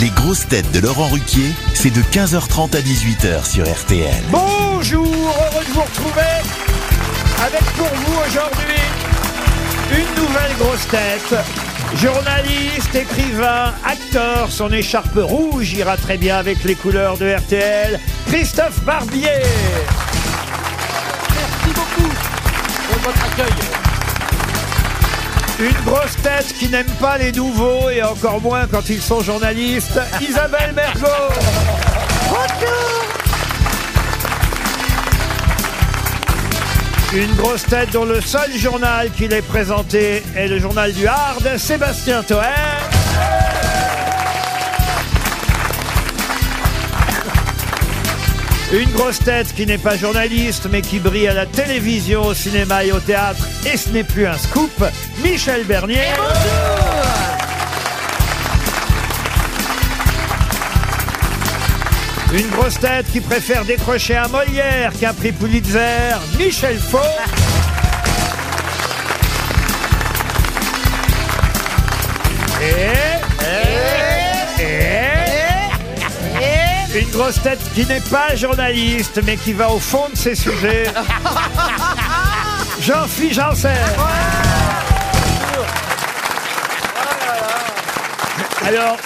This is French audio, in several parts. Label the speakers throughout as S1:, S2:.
S1: Les grosses têtes de Laurent Ruquier, c'est de 15h30 à 18h sur RTL.
S2: Bonjour, heureux de vous retrouver avec pour vous aujourd'hui une nouvelle grosse tête. Journaliste, écrivain, acteur, son écharpe rouge ira très bien avec les couleurs de RTL. Christophe Barbier.
S3: Merci beaucoup pour votre accueil.
S2: Une grosse tête qui n'aime pas les nouveaux et encore moins quand ils sont journalistes, Isabelle Mergo. Une grosse tête dont le seul journal qu'il ait présenté est le journal du Hard, Sébastien Toer. Une grosse tête qui n'est pas journaliste mais qui brille à la télévision, au cinéma et au théâtre, et ce n'est plus un scoop, Michel Bernier. Une grosse tête qui préfère décrocher un Molière qu'un prix Pulitzer, Michel Faux. Eh, Et- et- eh, Une grosse tête qui n'est pas journaliste, mais qui va au fond de ses sujets. Jean-Philippe Janssen. Oh Alors,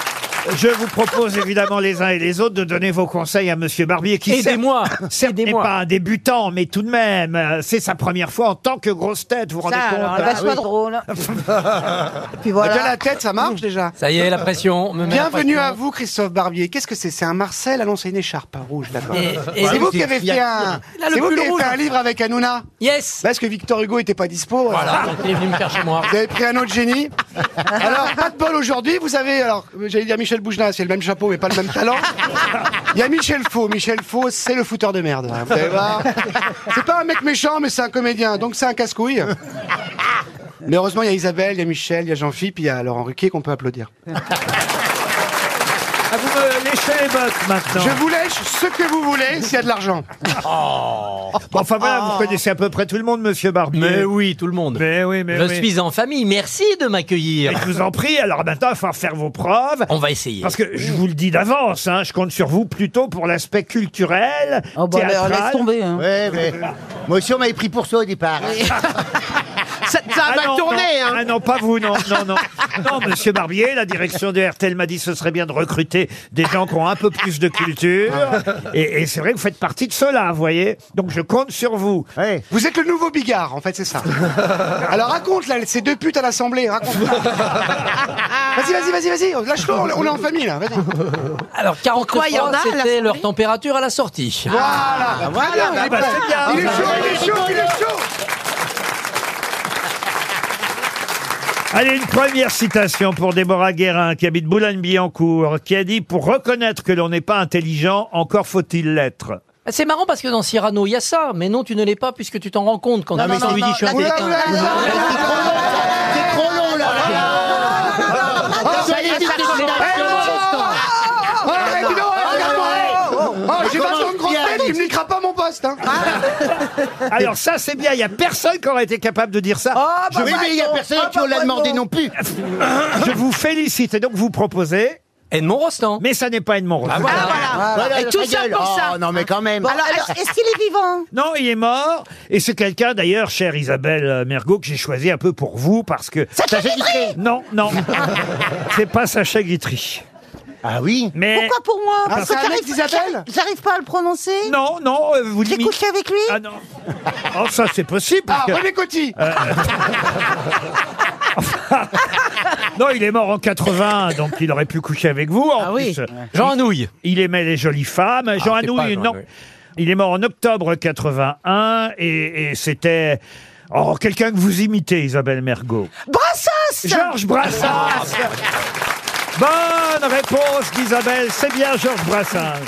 S2: je vous propose évidemment les uns et les autres de donner vos conseils à Monsieur Barbier qui certes-
S3: Aidez-moi
S2: Certes, n'est
S3: Aidez-moi.
S2: pas un débutant, mais tout de même, euh, c'est sa première fois en tant que grosse tête, vous vous rendez
S4: Ça,
S2: compte
S4: alors,
S2: hein
S4: là, c'est pas drôle. Et bah puis
S5: Déjà la
S4: voilà.
S5: tête, ça marche déjà.
S3: Mmh. Ça y est, la pression. on me met la
S5: Bienvenue
S3: pression.
S5: à vous, Christophe Barbier. Qu'est-ce que c'est C'est un Marcel annoncé une écharpe rouge, d'accord.
S3: Et- et-
S5: C'est vous qui avez
S3: Il y a-
S5: fait un,
S3: il a le
S5: c'est vous
S3: pull
S5: qui avez
S3: rouge. hein.
S5: fait un livre avec Hanouna.
S3: Yes
S5: Parce que Victor Hugo était pas dispo.
S3: Voilà, donc il est venu me faire chez moi.
S5: Vous avez pris un autre génie. Alors, pas de bol aujourd'hui. Vous avez, alors, j'allais dire Michel Bougenat, c'est le même chapeau, mais pas le même talent. Il y a Michel Faux. Michel Faux, c'est le fouteur de merde. hein, Vous allez voir. C'est pas un mec méchant, mais c'est un comédien, donc c'est un casse-couille. Mais heureusement, il y a Isabelle, il y a Michel, il y a Jean-Philippe, il y a Laurent Ruquier qu'on peut applaudir.
S2: Ah, vous me léchez les bottes maintenant.
S5: Je vous lèche ce que vous voulez s'il y a de l'argent.
S2: Bon, enfin voilà, vous connaissez à peu près tout le monde, Monsieur Barbier.
S3: Mais oui, tout le monde.
S2: mais oui, mais
S3: Je
S2: oui.
S3: suis en famille, merci de
S2: Mais
S3: m'accueillir.
S2: je vous en prie, alors maintenant, il va falloir faire vos preuves.
S3: On va essayer.
S2: Parce que je vous le dis d'avance, hein, je compte sur vous plutôt pour l'aspect culturel,
S4: Oh, bah, alors,
S2: théâtral.
S4: laisse tomber. hein.
S6: Ouais, mais moi aussi on m'avait pris pour ça au départ.
S5: Ça,
S2: Ah non, non. Ah non, pas vous, non, non, non. Non, monsieur Barbier, la direction de RTL m'a dit ce serait bien de recruter des gens qui ont un peu plus de culture. Et, et c'est vrai que vous faites partie de cela, vous voyez. Donc je compte sur vous.
S6: Ouais.
S5: Vous êtes le nouveau Bigard, en fait, c'est ça. Alors raconte, là, ces deux putes à l'Assemblée, raconte. Vas-y, vas-y, vas-y, vas-y, lâche-le, on est- on est en famille, là, vas-y.
S3: Alors, 40
S4: Quoi, il y en a à
S3: c'était
S4: l'Assemblée
S3: leur température à la sortie.
S5: Voilà, voilà,
S2: Ah bah, c'est bien.
S5: Il est chaud, il est chaud, il est chaud
S2: Allez, une première citation pour Déborah Guérin, qui habite Boulogne-Billancourt, qui a dit « Pour reconnaître que l'on n'est pas intelligent, encore faut-il l'être
S3: Ah, C'est marrant parce que dans Cyrano, il y a ça, mais non, tu ne l'es pas puisque tu t'en rends compte quand tu lui dis je suis
S2: Ah,
S3: un
S5: Oula,
S3: déclin.
S5: oula, oula.
S6: C'est Ah, trop long Oh là. oh Ah,
S5: Ça y est, ça commence. Eh, Oh, arrête, dis donc,
S2: Ah,
S5: eh, regarde-moi, eh. Oh, j'ai 20 ans de grosse tête, tu me niqueras pas mon poste, hein. !»
S2: Alors ça, c'est bien, il n'y a personne qui aurait été capable de dire ça.
S4: Oh.
S6: Je oui, mais il y a personne qui l'a demandé non plus.
S2: Je vous félicite. Et donc, vous proposez,
S3: Edmond Rostand.
S2: mais ça n'est pas Edmond
S4: Ah
S2: Rostand.
S6: Ah, Voilà,
S4: tout ça pour ça.
S6: Oh, non mais quand même.
S4: Alors, alors, est-ce qu'il est vivant
S2: Non, il est mort. Et c'est quelqu'un, d'ailleurs, chère Isabelle Mergot, que j'ai choisi un peu pour vous parce que.
S6: Ça fait vibrer.
S2: Non, non. c'est pas Sacha Guitry.
S6: Ah oui.
S2: Mais.
S4: Pourquoi pour moi Parce
S5: c'est
S4: que
S5: un mec
S4: j'arrive-
S5: d'Isabelle
S4: j'arrive pas à le prononcer.
S2: non, non, euh, vous
S4: J'ai
S2: dites.
S4: couché avec lui
S2: Ah non. Oh, ça, c'est possible.
S5: Ah,
S2: parce que-
S5: René Coty
S2: Non, il est mort en 80, donc il aurait pu coucher avec vous. En
S4: Ah oui.
S2: plus,
S3: Jean Anouille.
S2: Il aimait les jolies femmes. Jean
S3: c'est pas
S2: Anouilh,
S3: Jean
S2: non.
S3: Anouilh.
S2: Il est mort en octobre 81 et, et c'était. Oh, quelqu'un que vous imitez, Isabelle Mergot.
S4: Brassens Oh,
S2: Georges Brassens Bonne réponse d'Isabelle, c'est bien Georges Brassens.